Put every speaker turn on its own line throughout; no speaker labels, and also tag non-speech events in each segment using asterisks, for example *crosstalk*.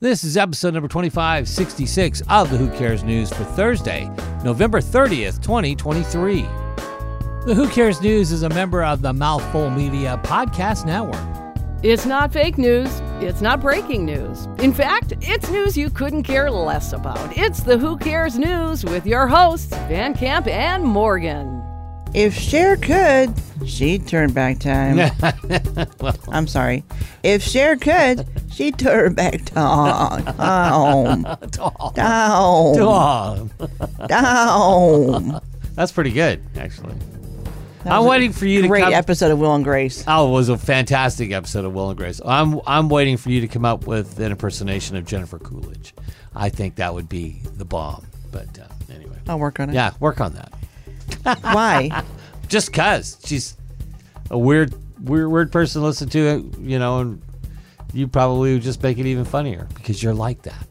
This is episode number 2566 of the Who Cares News for Thursday, November 30th, 2023. The Who Cares News is a member of the Mouthful Media Podcast Network.
It's not fake news. It's not breaking news. In fact, it's news you couldn't care less about. It's the Who Cares News with your hosts, Van Camp and Morgan.
If Cher could, she'd turn
*laughs*
back time. I'm sorry. If Cher could, she'd turn
*laughs*
back time. Down, down,
Oh,
down.
that's pretty good, actually. I'm waiting for you to
Great
come.
episode of Will and Grace.
oh, it was a fantastic episode of Will and Grace. I'm I'm waiting for you to come up with an impersonation of Jennifer Coolidge. I think that would be the bomb. But uh, anyway,
I'll work on it.
yeah, work on that.
Why?
just cuz she's a weird weird weird person to listen to you know and you probably would just make it even funnier because you're like that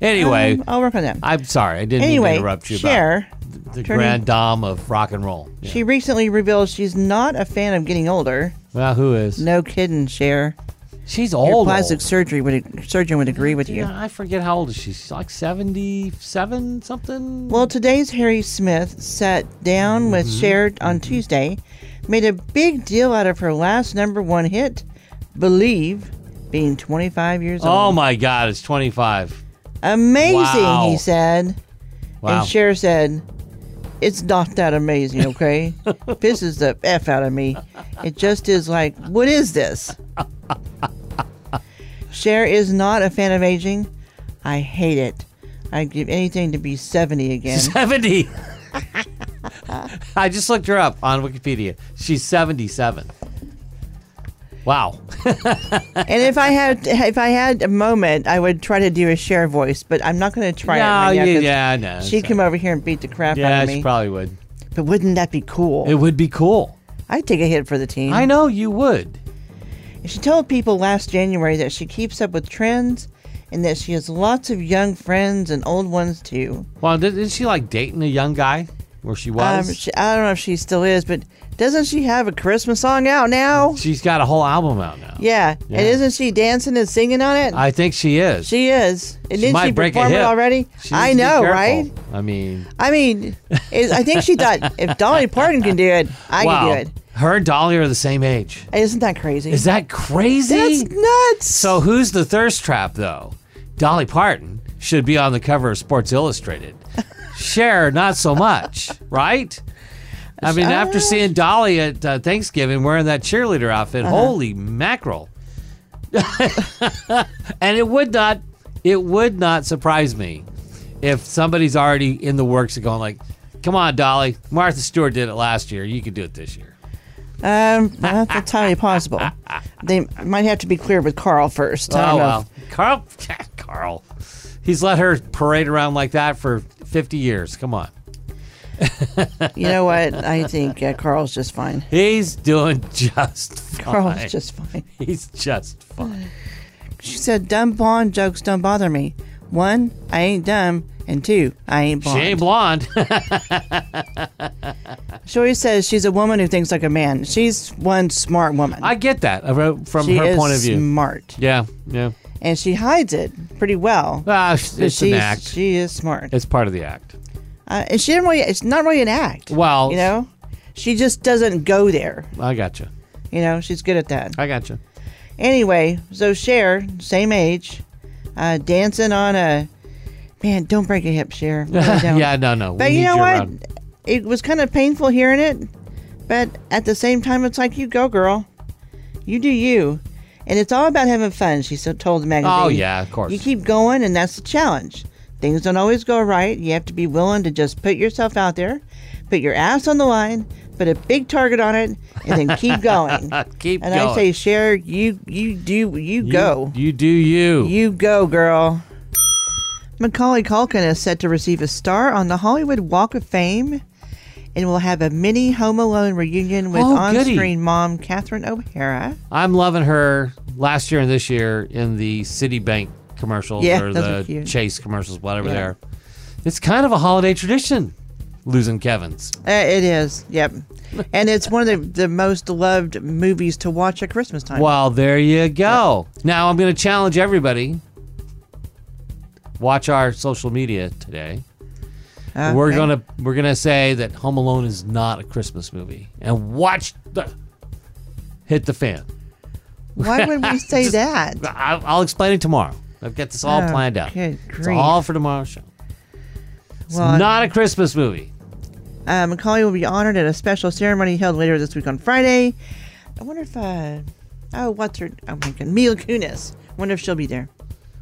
anyway
Um, I'll work on that.
i'm sorry i didn't mean to
oh. Anyway,
interrupt you
Cher,
about the
turning-
grand dame of rock and roll Yeah.
she recently revealed she's not a fan of getting older.
well who is
No kidding, Cher.
she's
Your
old
plastic
old.
surgery would surgeon would agree with you.
Yeah, i forget how old is she she's like 77 something
Well, today's Harry Smith sat down with
Mm-hmm.
Cher on Tuesday, made a big deal out of her last number one hit, Believe, being 25 years
oh
old.
my god it's 25
Amazing,
Wow.
he said.
wow
And Cher said, It's not that amazing, okay?
*laughs*
this is the F out of me. It just is like, What
*laughs*
is this? Cher is not a fan of aging. I hate it. I'd give anything to be 70
*laughs*
again.
70 i just looked her up on wikipedia she's 77 wow
And if I had if I had a moment, I would try to do a share voice, but I'm not going to try
no,
it.
yeah,
right now
yeah, no.
'cause She'd come over here and beat the crap out
Yeah,
of
she
me.
probably would.
but wouldn't that be cool?
It would be cool.
I'd take a hit for the team.
I know you would.
She told people last January that she keeps up with trends and that she has lots of young friends and old ones too.
Well, did- isn't she like dating a young guy? Where she was?
Um, she, I don't know if she still is, but doesn't she have a Christmas song out now?
She's got a whole album out now.
Yeah.
Yeah.
And isn't she dancing and singing on it?
I think she is.
she is. And didn't
might
she
break a
perform it
hip.
already?
She
I
needs to be
know,
careful.
right?
I mean,
I mean, it, I think she thought if Dolly Parton can do it, I
wow.
can do it.
Her and Dolly are the same age.
Isn't that crazy?
Is that crazy?
That's nuts.
So who's the thirst trap though? Dolly Parton should be on the cover of Sports Illustrated. Cher, not so much, right? I mean, after seeing Dolly at uh, Thanksgiving wearing that cheerleader outfit, holy mackerel! *laughs* and it would not, it would not surprise me if somebody's already in the works of going like, "Come on, Dolly, Martha Stewart did it last year. You could do it this year."
um, that's entirely possible. They might have to be clear with Carl first. I
Oh
don't know.
well, Carl, *laughs* Carl, he's let her parade around like that for fifty years. Come on,
You know what? I think uh, Carl's just fine.
he's doing *laughs* just fine.
Carl's just fine.
he's just fine.
She said, "Dumb blonde jokes don't bother me. One, I ain't dumb, and two, I ain't
She
blonde."
ain't blonde. *laughs*
She always says she's a woman who thinks like a man. She's one smart woman.
I get that uh, from
she
her
is
point of view.
smart,
yeah, yeah.
and she hides it pretty well.
Ah, it's
But
it's an
she's-
act.
She is smart.
it's part of the act.
Uh, and she didn't really. It's not really an act.
Well-
you know, she just doesn't go there.
I gotcha.
You know, she's good at that.
I *laughs* gotcha.
Anyway, so Cher, same age, uh, dancing on a man. Don't break a hip, Cher.
*laughs*
Really don't.
yeah, no, no. we
But
need
you know what?
around.
It was kind of painful hearing it, but at the same time, it's like you go, girl. You do you, and it's all about having fun. She so told the magazine.
Oh yeah, of course.
You keep going, and that's the challenge. Things don't always go right. You have to be willing to just put yourself out there, put your ass on the line, put a big target on it, and then
*laughs*
keep going.
Uh, Keep
and
going.
I say, Cher, you you do you,
You-
go,
You do you.
you go, girl. Macaulay Culkin is set to receive a star on the Hollywood Walk of Fame, and will have a mini Home Alone reunion with
Oh, goody.
on-screen mom Catherine O'Hara.
I'm loving her last year and this year in the Citibank commercials
Yeah,
or
those are
the
cute.
Chase commercials, whatever they
Yeah.
are. It's kind of a holiday tradition, losing Kevin's.
Uh, it is, yep.
*laughs*
And it's one of the, the most loved movies to watch at Christmas time.
Well, there you go. Now I'm going to challenge everybody watch our social media today. We're gonna we're gonna say that Home Alone is not a Christmas movie, and watch the hit the fan.
*laughs* Why would
*laughs*
we say that?
I, I'll explain it tomorrow. I've got this all
Oh,
planned out.
Okay,
It's
great.
all for tomorrow's show. It's
Well,
not a Christmas movie.
Uh, Macaulay will be honored at a special ceremony held later this week on Friday. I wonder if, uh, oh, what's her, oh my God, Mila Kunis. wonder if she'll be there.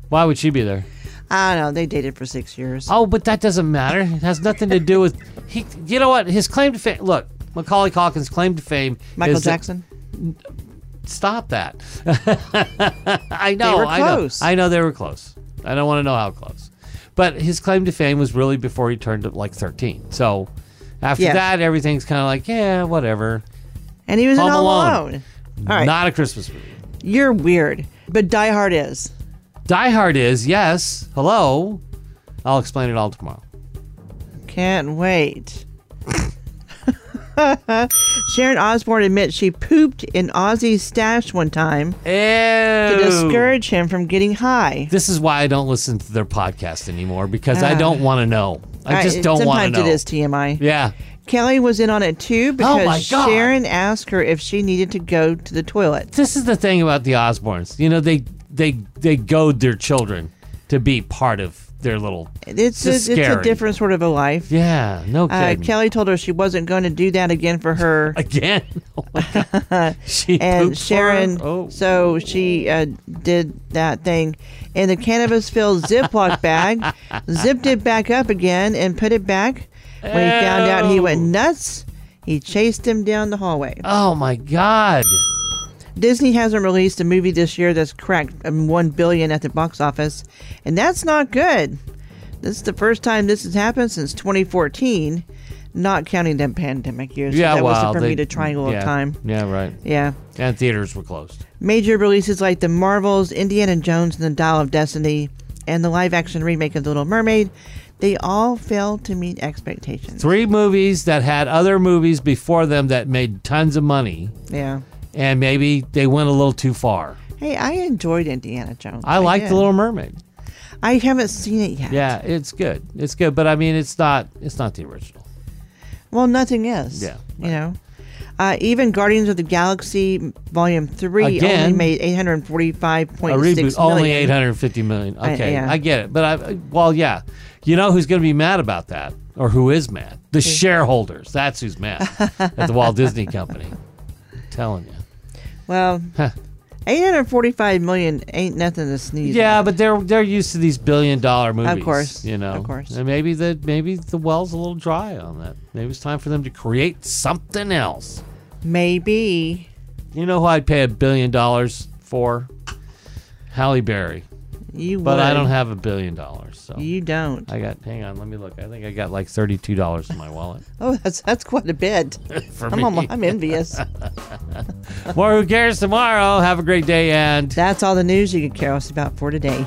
Why would she be there?
I don't know. They dated for six years.
Oh, but that doesn't matter. It has nothing to do with he. You know what? His claim to fame. Look, Macaulay Calkins' claim to fame.
Michael
is that-
Jackson.
stop that. *laughs* I know.
were
I know.
close.
I know they were close. I don't want to know how close. But his claim to fame was really before he turned like 13. So after
Yeah.
that, everything's kind of like, yeah, whatever.
and he was
Home
in Home
Alone.
Alone. All right.
Not a Christmas movie.
You're weird. But Die Hard is.
Die Hard is, yes. Hello. I'll explain it all tomorrow.
Can't wait. *laughs* Sharon Osbourne admits she pooped in Ozzy's stash one time
Ew.
to discourage him from getting high.
This is why I don't listen to their podcast anymore because I
Ah.
don't want to know. I just don't want
Sometimes
to know.
it is TMI.
Yeah. Oh
Kelly was in on it
my
too because
God.
Sharon asked her if she needed to go to the toilet.
this is the thing about the Osbournes. You know, they they they goad their children to be part of their little.
It's,
This is
a, it's a
scary.
different sort of a life.
Yeah, no
Uh,
kidding.
Kelly told her she wasn't going to do that again for her.
*laughs* Again, Oh my
*laughs*
God. she
And
pooped for
Sharon,
her? Oh.
so she uh, did that thing in the cannabis filled
*laughs*
Ziploc bag, zipped it back up again, and put it back. When he found out he went
Ew.
nuts, he chased him down the hallway.
oh my God!
Disney hasn't released a movie this year that's cracked um, one billion at the box office, and that's not good. This is the first time this has happened since 2014, not counting the pandemic years.
Yeah,
that
wow.
was the
they-
Bermuda Triangle
yeah,
of time.
Yeah, right.
Yeah,
And theaters were closed.
major releases like the Marvels, Indiana Jones and the Dial of Destiny, and the live-action remake of The Little Mermaid, they all failed to meet expectations.
Three movies that had other movies before them that made tons of money,
Yeah.
and maybe they went a little too far.
Hey, I enjoyed Indiana Jones.
I liked
did.
The Little Mermaid.
I haven't seen it yet.
Yeah, it's good. It's good, but I mean, it's not. It's not the original.
Well, nothing is.
Yeah,
You know, uh, even Guardians of the Galaxy Volume Three
Again,
only made eight hundred forty-five
a
point six million.
reboot only 850 million okay I,
yeah.
get it but i well yeah you know who's going to be mad about that or who is mad the shareholders that's who's mad at the walt disney
*laughs*
company telling you
Well, eight hundred forty-five million ain't nothing to sneeze.
yeah
at.
but they're they're used to these billion dollar movies
course,
you know
of course.
and maybe the maybe the well's a little dry on that maybe it's time for them to create something else
maybe.
you know who i'd pay a billion dollars for halle berry
You
but
would.
i don't have a billion dollars so
You don't.
I got. Hang on, let me look. I think I got like thirty-two dollars in my *laughs* wallet.
Oh, that's that's quite a bit.
*laughs* For
I'm
me.
almost, I'm envious.
More who cares tomorrow. Have a great day and.
that's all the news you could care us about for today.